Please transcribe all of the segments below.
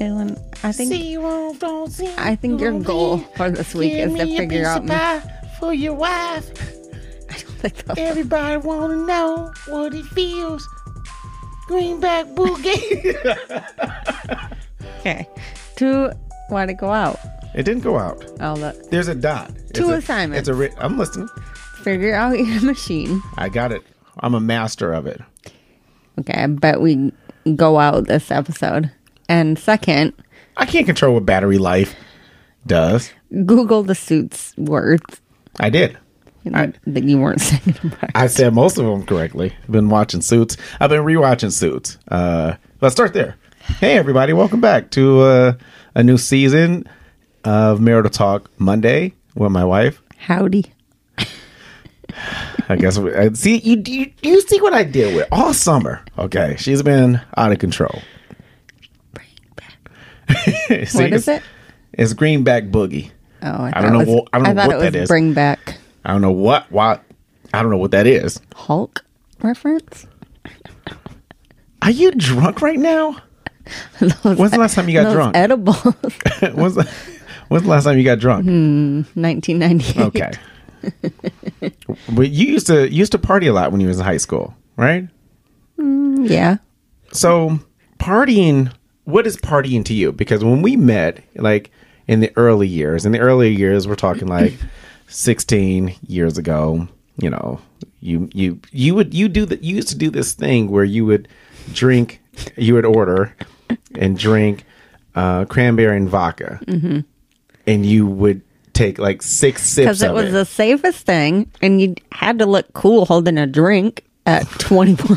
I think See you on don't see I think your you on goal me. for this week Give is to me a figure piece out. of pie for your wife. I don't think that. Everybody wanna know what it feels. Greenback boogie. Okay. Two want to go out. It didn't go out. I'll let, There's a dot. Two It's a- assignments. It's a. Ri- I'm listening. figure out your machine. I got it. I'm a master of it. Okay, I bet we go out this episode. And second, I can't control what battery life does. Google the suits words I did. I- that you weren't singing about. I said most of them correctly. I've been watching Suits. I've been rewatching Suits. Uh, let's start there. Hey, everybody. Welcome back to uh, a new season of Marital Talk Monday with my wife. Howdy. I guess. we- I- See, you, you, you see what I deal with all summer. Okay. She's been out of control. See, What is it's- it? It's Greenback Boogie. Oh, I, don't know thought it was- wha- I don't know thought what it was that is. Bring back I don't know what, why, I don't know what that is. Hulk reference. Are you drunk right now? Those- When's the last time you got those drunk? Edibles. when's, the, when's the last time you got drunk? 1998. Okay. but you used to you used to party a lot when you was in high school, right? Yeah. So partying, what is partying to you? Because when we met, like in the early years, in the early years, we're talking like sixteen years ago. You know, you you you would you do that. You used to do this thing where you would drink, you would order and drink uh, cranberry and vodka, Mm-hmm. and you would take like six sips Because it of was it. the safest thing, and you had to look cool holding a drink at 21.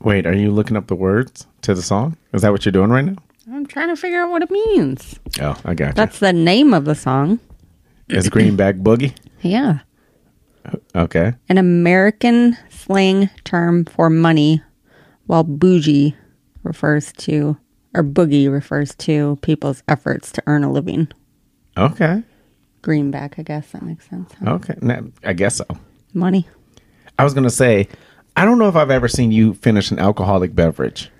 Wait, are you looking up the words to the song? Is that what you're doing right now? I'm trying to figure out what it means. Oh, I got That's the name of the song. you. It's Greenback Boogie. Yeah. Okay. An American slang term for money, while bougie refers to, or boogie refers to people's efforts to earn a living. Okay. Greenback, I guess that makes sense. huh? Okay. Nah, I guess so. Money. I was going to say, I don't know if I've ever seen you finish an alcoholic beverage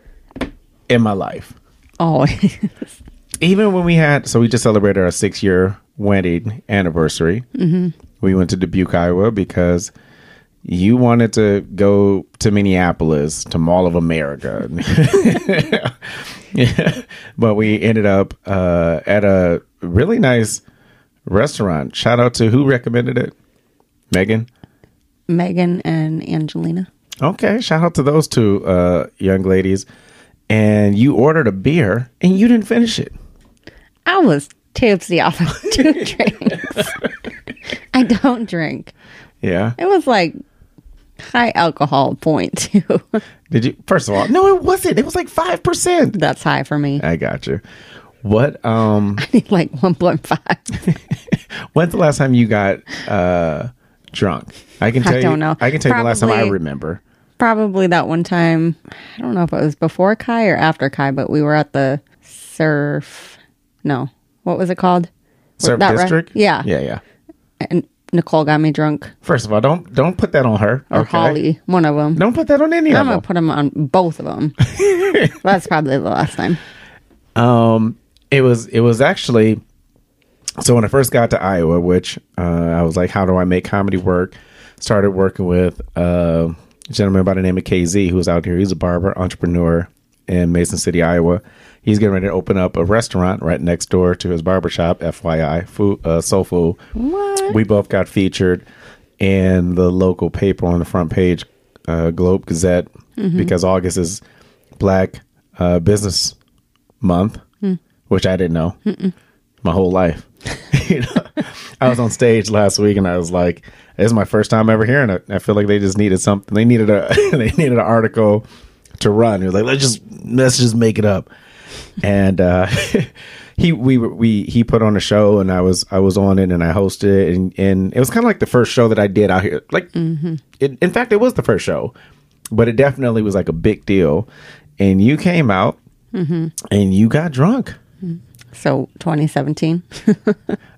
in my life. Oh, Even when we had, so we just celebrated our six year wedding anniversary. Mm-hmm. We went to Dubuque, Iowa because you wanted to go to Minneapolis, to Mall of America. but we ended up uh, at a really nice restaurant. Shout out to who recommended it? Megan? Megan and Angelina. Okay, shout out to those two uh, young ladies. And you ordered a beer and you didn't finish it. I was tipsy off of two drinks. I don't drink. Yeah. It was like high alcohol point too. Did you? First of all, no, it wasn't. It was like 5%. That's high for me. I got you. What um I need like one point five. when's the last time you got uh drunk? I can tell you don't know. I can tell you the last time I Probably- remember. Probably that one time. I don't know if it was before Kai or after Kai, but we were at the surf. No, what was it called? Surf that right? District? Yeah. Yeah, yeah. And Nicole got me drunk, First of all, don't don't put that on her. or okay. Holly, one of them. Don't put that on any I'm of gonna them. put them on both of them. That's probably the last time. Um, it was it was actually so when I first got to Iowa, which uh, I was like, how do I make comedy work? Started working with uh, a gentleman by the name of KZ, who's out here. He's a barber, entrepreneur in Mason City, Iowa. He's getting ready to open up a restaurant right next door to his barber shop. FYI, food, uh, Soul Food. We both got featured in the local paper on the front page, uh, Globe Gazette, because August is Black uh, Business Month, which I didn't know my whole life. You know? I was on stage last week and I was like, "This is my first time ever hearing it." I feel like they just needed something. They needed a they needed an article to run. He was like, "Let's just let's just make it up." And uh, he we were- we he put on a show and I was I was on it and I hosted it and and it was kind of like the first show that I did out here. Like, it, in fact, it was the first show, but it definitely was like a big deal. And you came out and you got drunk. So 2017.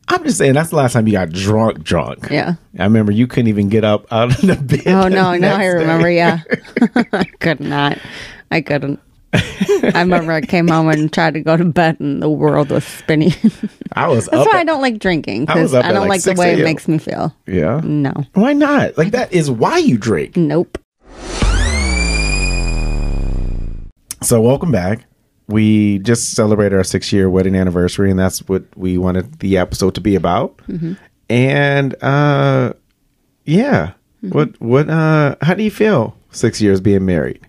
I'm just saying that's the last time you got drunk, drunk. Yeah. I remember you couldn't even get up out of the bed. Oh no, the now I next day. remember. Yeah, I could not. I couldn't. I remember I came home and tried to go to bed, and the world was spinning. I was That's up. why I at- don't like drinking I was because up I, at, don't like, like the 6 way it a.m.. makes me feel. Yeah. No, Why not? Like that is why you drink. nope. So welcome back. We just celebrated our six year wedding anniversary, and that's what we wanted the episode to be about. Mm-hmm. And uh, yeah, Mm-hmm. what what? Uh, how do you feel six years being married?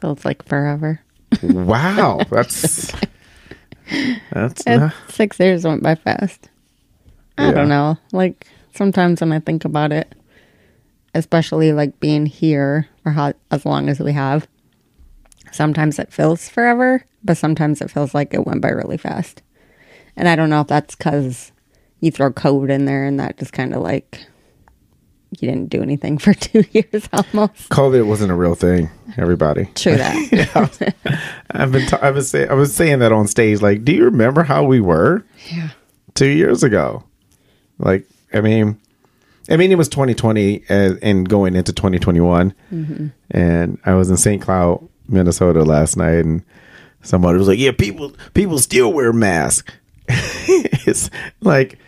Feels like forever. Wow, that's that's It- not, Six years went by fast. I Yeah. don't know. Like sometimes when I think about it, especially like being here for how as long as we have, sometimes it feels forever, but sometimes it feels like it went by really fast. And I don't know if that's because you throw COVID in there and that just kind of like you didn't do anything for two years almost. COVID wasn't a real thing. Everybody. True that. I've been ta- I was saying I was saying that on stage. Like, do you remember how we were? Yeah. two years ago. Like, I mean, I mean, it was 2020 and, and going into 2021, and I was in St. Cloud, Minnesota last night, and somebody was like, "Yeah, people people still wear masks." it's like,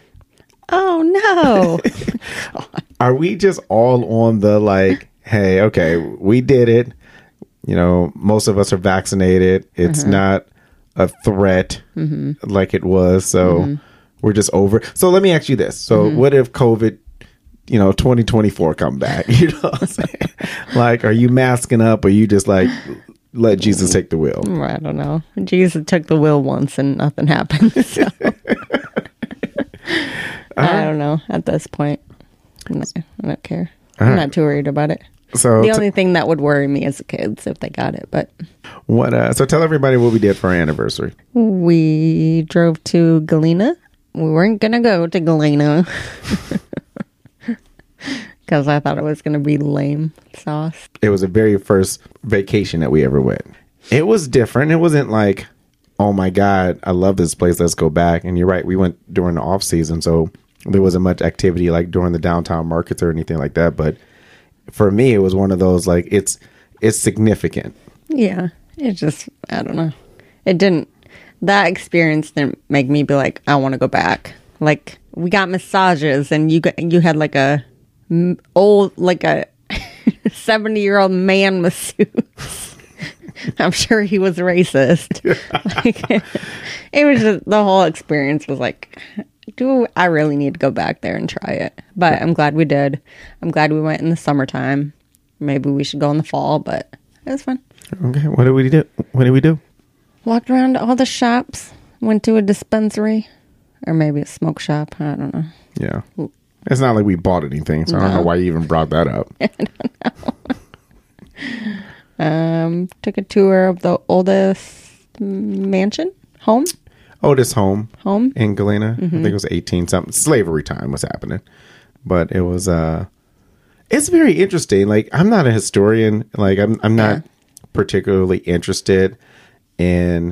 Oh no. are we just all on the like, hey, okay, we did it. You know, most of us are vaccinated. It's Mm-hmm. not a threat like it was. So Mm-hmm. we're just over. So let me ask you this. So what if COVID, you know, 2024 come back? You know what I'm saying? like, are you masking up or you just like let Jesus take the wheel? I don't know. Jesus took the wheel once and nothing happened. So. I don't know at this point. No, I don't care. I'm not too worried about it. So the t- only thing that would worry me is the kids if they got it. But what uh, so tell everybody what we did for our anniversary. we drove to Galena. We weren't going to go to Galena because I thought it was going to be lame sauce. it was the very first vacation that we ever went. It was different. It wasn't like, oh my god, I love this place. Let's go back. And you're right. We went during the off season, so there wasn't much activity like during the downtown markets or anything like that. But for me, it was one of those like it's it's significant. Yeah. It just, I don't know. It didn't, that experience didn't make me be like, I want to go back. Like, we got massages and you got, you had like a m- old, like a 70 year old man masseuse. I'm sure he was racist. like, it was just, the whole experience was like, do I really need to go back there and try it? But I'm glad we did. I'm glad we went in the summertime. Maybe we should go in the fall, but it was fun Okay, what did we do? What did we do? walked around all the shops, went to a dispensary or maybe a smoke shop. I don't know. Yeah, it's not like we bought anything, so I don't know why you even brought that up. Um, took a tour of the oldest mansion home. Otis home Home? Mm-hmm. in Galena. I think it was eighteen something. Slavery time was happening, but it was uh, it's very interesting. Like I'm not a historian. Like I'm I'm not particularly interested in.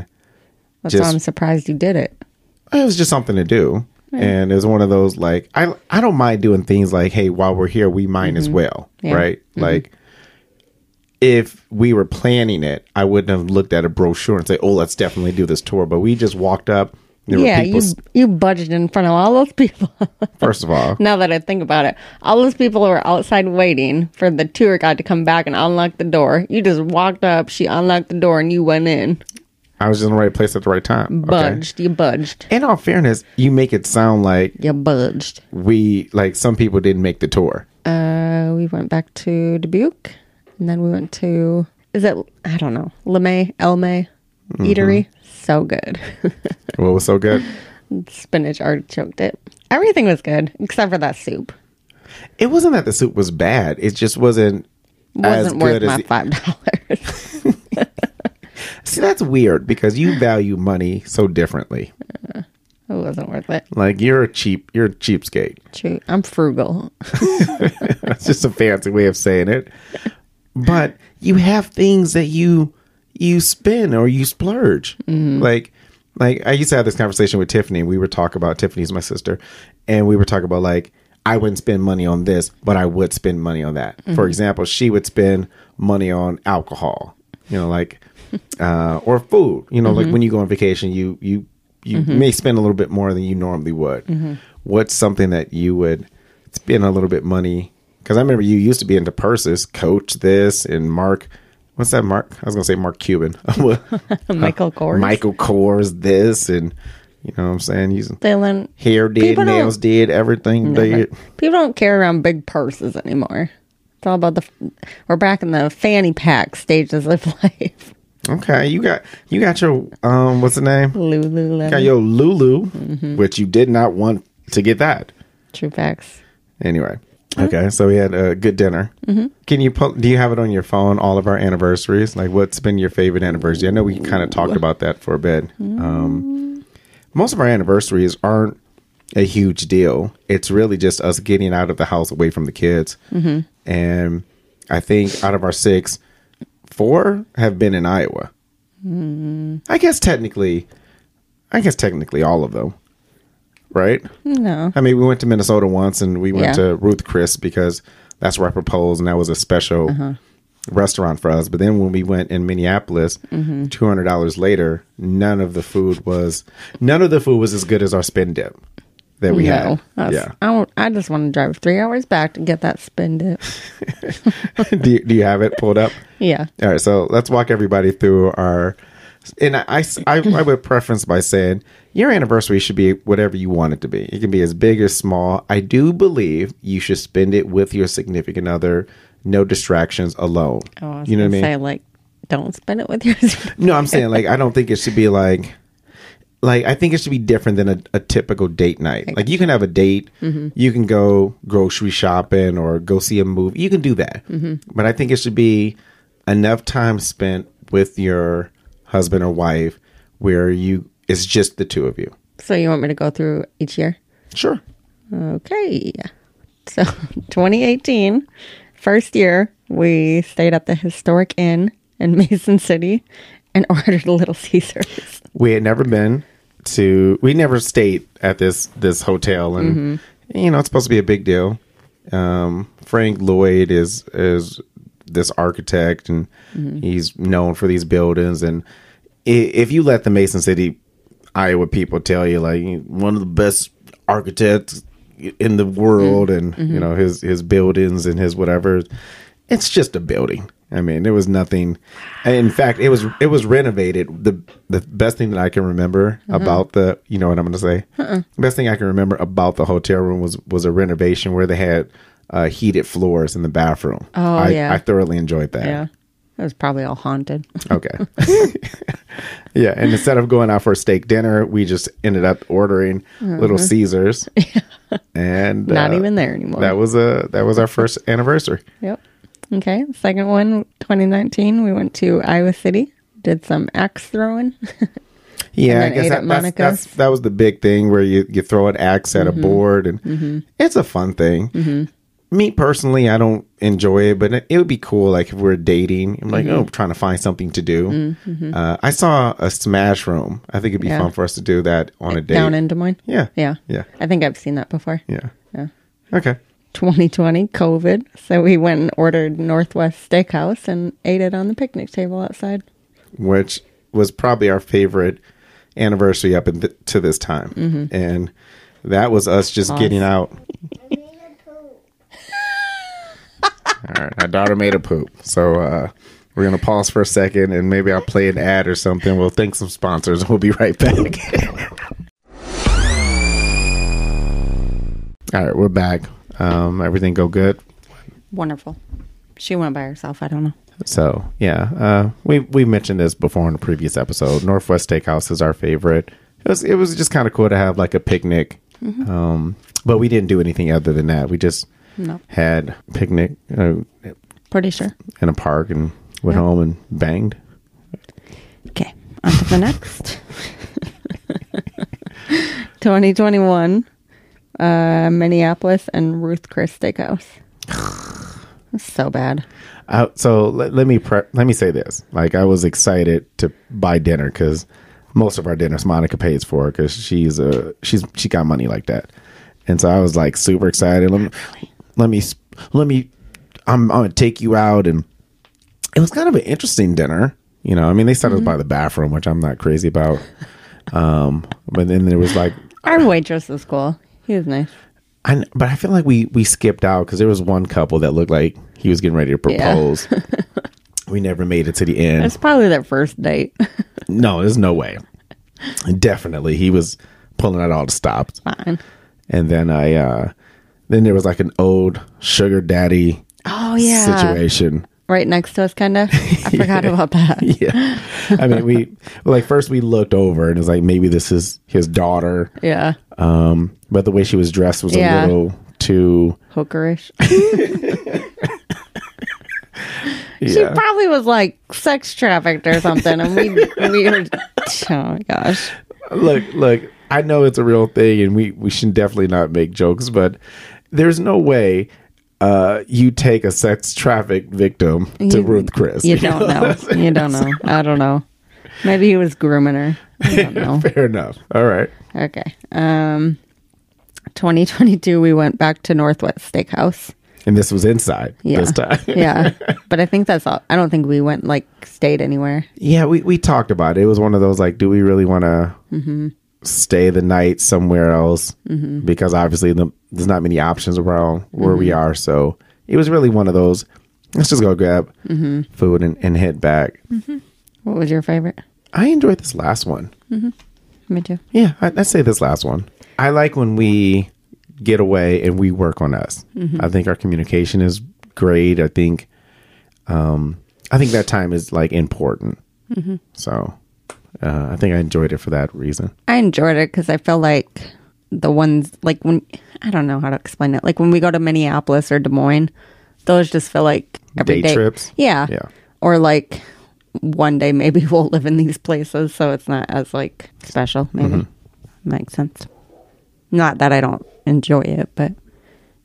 That's why Just- I'm surprised you did it. It was just something to do, and it was one of those like I I don't mind doing things like hey while we're here we might as well Mm-hmm. Yeah. Mm-hmm. right like. If we were planning it, I wouldn't have looked at a brochure and say, "Oh, let's definitely do this tour." But we just walked up. There yeah, were people. you you budged in front of all those people. First of all, now that I think about it, all those people were outside waiting for the tour guide to come back and unlock the door. You just walked up, she unlocked the door, and you went in. I was in the right place at the right time. Okay. Budged, you budged, In all fairness, you make it sound like you budged. we like some people didn't make the tour. Uh, we went back to Dubuque, and then we went to is it I don't know LeMay Elmay Mm-hmm. Eatery. So good, What was so good? spinach artichoke dip. I Everything was good except for that soup. It wasn't that the soup was bad. It just wasn't, as Wasn't worth good as my the, five dollars. See, that's weird because you value money so differently. it wasn't worth it. Like you're a cheap, you're a cheapskate. True. I'm frugal. That's just a fancy way of saying it. But you have things that you you spend or you splurge. Like like I used to have this conversation with Tiffany. We were talking about Tiffany's my sister, and we were talking about like I wouldn't spend money on this, but I would spend money on that. For example, she would spend money on alcohol. You know, like uh, or food. You know, like when you go on vacation, you you you may spend a little bit more than you normally would. What's something that you would spend a little bit money? Because I remember you used to be into purses, Coach this and Mark. What's that, Mark? I was gonna say Mark Cuban, uh, Michael Kors. Michael Kors, this and you know what I'm saying. Using Dylan. hair did, People don't- nails did, everything did. People don't carry around big purses anymore. It's all about the. f- We're back in the fanny pack stages of life. Okay, you got you got your um, what's the name? Lululemon. Got your Lulu, Mm-hmm. which you did not want to get that. True facts. Anyway, okay, so we had a good dinner. Can you pull, do you have it on your phone? All of our anniversaries, like what's been your favorite anniversary? I know we kind of talked about that for a bit. Um, most of our anniversaries aren't a huge deal. It's really just us getting out of the house, away from the kids, and I think out of our six, four have been in Iowa. I guess technically, I guess technically all of them, right? No. I mean, we went to Minnesota once, and we went Yeah. to Ruth Chris because that's where I proposed, and that was a special Uh-huh. restaurant for us. But then when we went in Minneapolis, Mm-hmm. hundred dollars later, none of the food was none of the food was as good as our spin dip that we no. had. That's- Yeah. I, don't- I just want to drive three hours back to get that spin dip. do, you, do you have it pulled up? Yeah. All right, so let's walk everybody through our. And I, I, I would preference by saying your anniversary should be whatever you want it to be. It can be as big or small. I do believe you should spend it with your significant other, no distractions, alone. Oh, I was you know what I gonna mean? Say like, don't spend it with yours. No, I'm saying like I don't think it should be like like I think it should be different than a, a typical date night. Like you can have a date, you can go grocery shopping or go see a movie. You can do that, but I think it should be enough time spent with your husband or wife where you it's just the two of you. so you want me to go through each year? Sure. Okay. So 2018, first year, we stayed at the historic inn in Mason City and ordered Little Caesars. we had never been to we never stayed at this this hotel and you know it's supposed to be a big deal um frank lloyd is is this architect and he's known for these buildings and i- if you let the mason city iowa people tell you like one of the best architects in the world and you know his his buildings and his whatever it's just a building. I mean, there was nothing. In fact, it was it was renovated. the The best thing that I can remember Mm-hmm. about the you know what I'm going to say. Best thing I can remember about the hotel room was was a renovation where they had uh, heated floors in the bathroom. Oh, I, yeah. I thoroughly enjoyed that. Yeah. It was probably all haunted. Okay. yeah, and instead of going out for a steak dinner, we just ended up ordering Little Caesars, and Mm-hmm. Not uh, even there anymore. That was a that was our first anniversary. Yep. Okay. Second one, 2019, we went to Iowa City, did some axe throwing. Yeah, and I then guess ate at that, that's, Monica's. Mm-hmm. that's- that was the big thing where you, you throw an axe at a board, and it's a fun thing. Me personally, I don't enjoy it, but it, it would be cool. Like if we're dating, I'm like, oh, Mm-hmm. trying to find something to do. Uh, I saw a smash room. I think it'd be Yeah. fun for us to do that on a date. Down in Des Moines. yeah, Yeah. yeah, I think I've seen that before. yeah, Yeah. Okay, 2020 COVID. So we went and ordered Northwest Steakhouse and ate it on the picnic table outside. which was probably our favorite anniversary up in th- to this time, and that was us just getting out. All right, my daughter made a poop. So uh, we're gonna pause for a second, and maybe I'll play an ad or something. We'll thank some sponsors. We'll be right back. All right, we're back. Um, everything go good. Wonderful. She went by herself. I don't know. So yeah, uh, we we mentioned this before in a previous episode. Northwest Steakhouse is our favorite. It was it was just kind of cool to have like a picnic Um, but we didn't do anything other than that. We just Hmm. had picnic uh, Pretty sure. in a park and went home and banged. Okay, on to the next. 2021, uh, Minneapolis and Ruth Chris Steakhouse. It's so bad. Uh, so let, let me pre- let me say this. Like I was excited to buy dinner because most of our dinners Monica pays for because she's a she's she got money like that, and so I was like super excited. Let me let me sp- let me I'm I'm gonna take you out, and it was kind of an interesting dinner. You know, I mean they started by the bathroom, which I'm not crazy about. Um, but then there was like Our waitress was cool. He was nice. I, kn- but I feel like we we skipped out because there was one couple that looked like he was getting ready to Yeah. propose. we never made it to the end. It's probably their first date. no, there's no way. Definitely, he was pulling out all the stops. Fine. And then I, uh then there was like an old sugar daddy Oh yeah, situation. right next to us, kinda. I forgot about that. Yeah, I mean, we like first we looked over and it's like maybe this is his daughter, Yeah, um, but the way she was dressed was Yeah. a little too. hookerish. She Yeah. probably was like sex trafficked or something, and we we were. Oh my gosh. look, look, I know it's a real thing and we, we should definitely not make jokes, but there's no way uh, you take a sex trafficked victim to You- Ruth Chris. You don't know. You don't know. I don't know. Maybe he was grooming her. I don't know. Fair enough. All right. Okay. Um, 2022, we went back to Northwest Steakhouse. And this was inside Yeah. this time. yeah. But I think that's all. I don't think we went like stayed anywhere. yeah, we, we talked about it. It was one of those like, do we really want to Mm-hmm. stay the night somewhere else? Because obviously the, there's not many options around where we Mm-hmm. are. So it was really one of those, let's just go grab Mm-hmm. food and, and head back. What was your favorite? I enjoyed this last one. Me too. Yeah, I, I'd say this last one. I like when we get away and we work on us. I think our communication is great. I think, um, I think that time is like important. So, uh, I think I enjoyed it for that reason. I enjoyed it because I feel like the ones like when I don't know how to explain it. Like when we go to Minneapolis or Des Moines, those just feel like every Day day trips? Yeah, Yeah. Or like one day maybe we'll live in these places, so it's not as like special. Maybe Mm-hmm. makes sense. Not that I don't enjoy it, but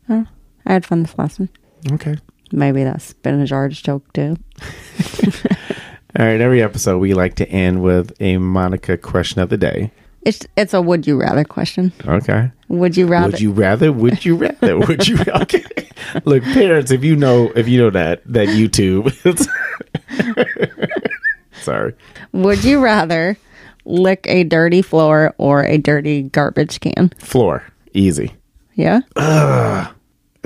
uh, I had fun this last one. Okay. Maybe that spinach artichoke too. All right. Every episode we like to end with a Monica question of the day. It's it's a would you rather question. Okay. Would you rather? Would you rather? Would you rather? Would you? Okay. Look, parents, if you know, if you know that that YouTube. Sorry. Would you rather lick a dirty floor or a dirty garbage can? Floor. Easy. Yeah.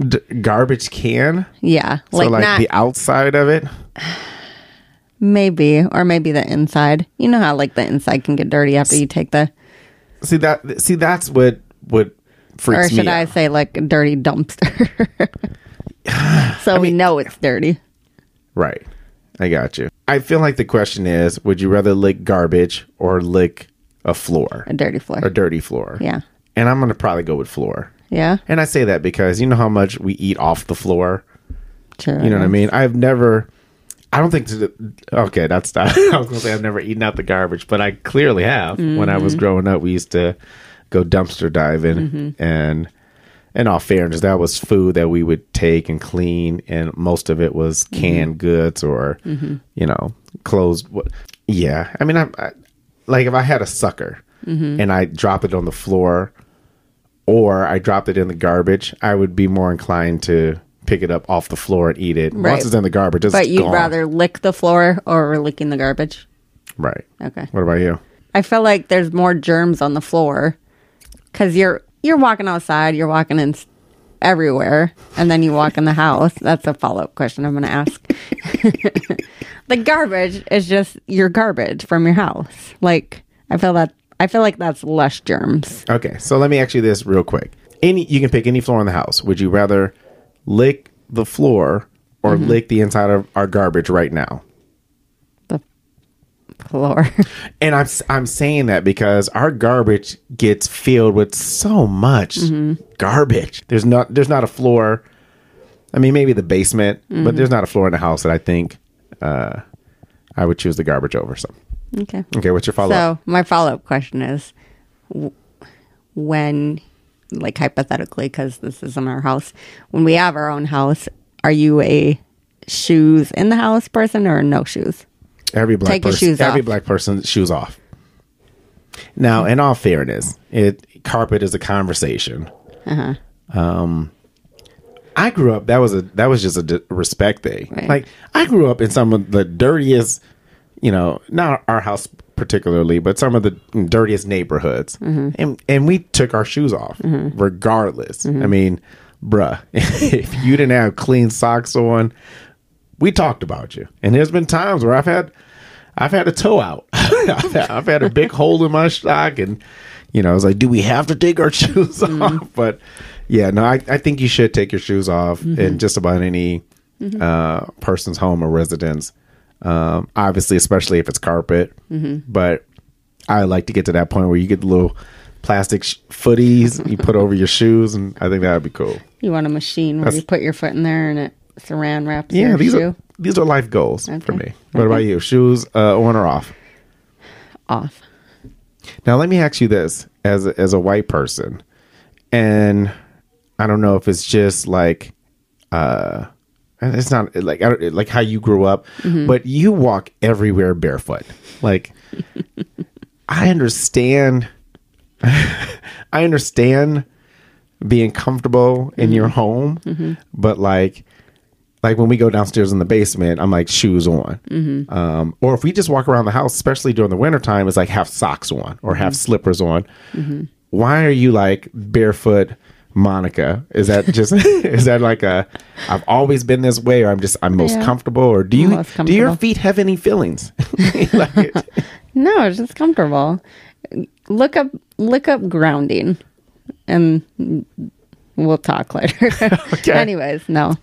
D- garbage can. Yeah. so like, like not the outside of it. maybe or maybe the inside. You know how like the inside can get dirty after you take the See that. See that's what what or freaks should me. I out. say like a dirty dumpster. so we know it's dirty. Right. I got you. I feel like the question is: Would you rather lick garbage or lick a floor, A dirty floor. a dirty floor? Yeah. And I'm gonna probably go with floor. Yeah. And I say that because you know how much we eat off the floor. True. You know what I mean? I've never. I don't think. To the, okay, that's not. I was gonna say I've never eaten out the garbage, but I clearly have. When I was growing up, we used to go dumpster diving, and in all fairness, that was food that we would take and clean, and most of it was canned goods or you know clothes. What- Yeah, I mean, I, I like if I had a sucker and I dropped it on the floor, or I dropped it in the garbage, I would be more inclined to pick it up off the floor and eat it. Right. Once it's in the garbage, it's But you'd gone. rather lick the floor or licking the garbage? right? Okay. What about you? I feel like there's more germs on the floor because you're you're walking outside, you're walking in s- everywhere, and then you walk in the house. That's a follow up question I'm going to ask. the garbage is just your garbage from your house. Like I feel that I feel like that's less germs. Okay, so let me ask you this real quick. Any you can pick any floor in the house. Would you rather lick the Mm-hmm. floor or lick the inside of our garbage right now? The floor. And I'm I'm saying that because our garbage gets filled with so much Mm-hmm. garbage. There's not there's not a floor. I mean, maybe the basement, Mm-hmm. but there's not a floor in the house that I think uh, I would choose the garbage over. So okay. okay, what's your follow up? So my follow up question is, w- when, like hypothetically, because this isn't our house, when we have our own house, are you a shoes in the house person or no shoes? Every black take your person, shoes every off. black person's shoes off. Now, in all fairness, it carpet is a conversation. I grew up. That was a that was just a d- respect thing. Right. Like I grew up in some of the dirtiest, you know, not our house particularly, but some of the dirtiest neighborhoods, and and we took our shoes off regardless. I mean, bruh, if you didn't have clean socks on, we talked about you. And there's been times where I've had I've had a toe out. I've, had, I've had a big hole in my sock, and you know, I was like, do we have to take our shoes Mm-hmm. off? But yeah, no, I, I think you should take your shoes off Mm-hmm. in just about any uh, person's home or residence. Um, obviously, especially if it's carpet, Mm-hmm. but I like to get to that point where you get the little plastic sh- footies you put over your shoes, and I think that would be cool. You want a machine where That's- you put your foot in there and it saran wraps Yeah, your these shoe are these are life goals for Okay. me. What about you? Shoes uh, on or off? off. Now let me ask you this as a, as a white person and I don't know if it's just like uh and it's not like I don't, like how you grew up but you walk everywhere barefoot. Like I understand I understand being comfortable in your Mm-hmm. home but like like when we go downstairs in the basement, I'm like shoes on. Mm-hmm. Um, or if we just walk around the house, especially during the wintertime, it's like have socks on or Mm-hmm. have slippers on. Why are you like barefoot, Monica? Is that just is that like a I've always been this way, or I'm just I'm most Yeah. comfortable, or do you Most do your comfortable. feet have any feelings? like, No, it's just comfortable. Look up look up grounding and we'll talk later. Okay. Anyways, no.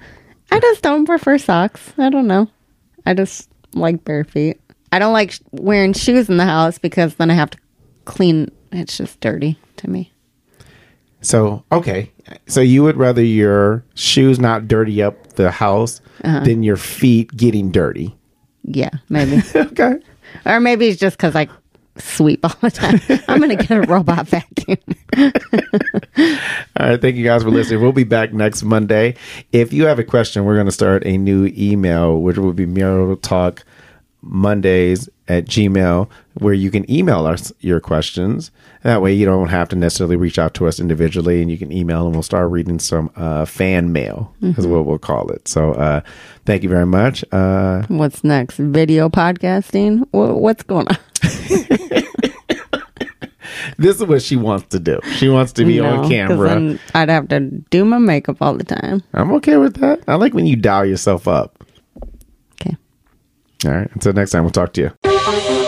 I just don't prefer socks. I don't know. I just like bare feet. I don't like sh- wearing shoes in the house because then I have to clean. It's just dirty to me. So okay, so you would rather your shoes not dirty up the house than your feet getting dirty? Yeah, maybe. Okay. or maybe it's just because I sweep all the time. I'm going to get a robot vacuum. All right. Thank you guys for listening. We'll be back next Monday. If you have a question, we're going to start a new email, which will be Mural Talk Mondays at Gmail, where you can email us your questions. That way, you don't have to necessarily reach out to us individually, and you can email, and we'll start reading some uh, fan mail, is what we'll call it. So, uh, thank you very much. Uh, What's next? Video podcasting? Wha- What's going on? this is what she wants to do. She wants to be No, 'cause on camera. then I'd have to do my makeup all the time. I'm okay with that. I like when you dial yourself up. Okay. All right. Until next time, we'll talk to you.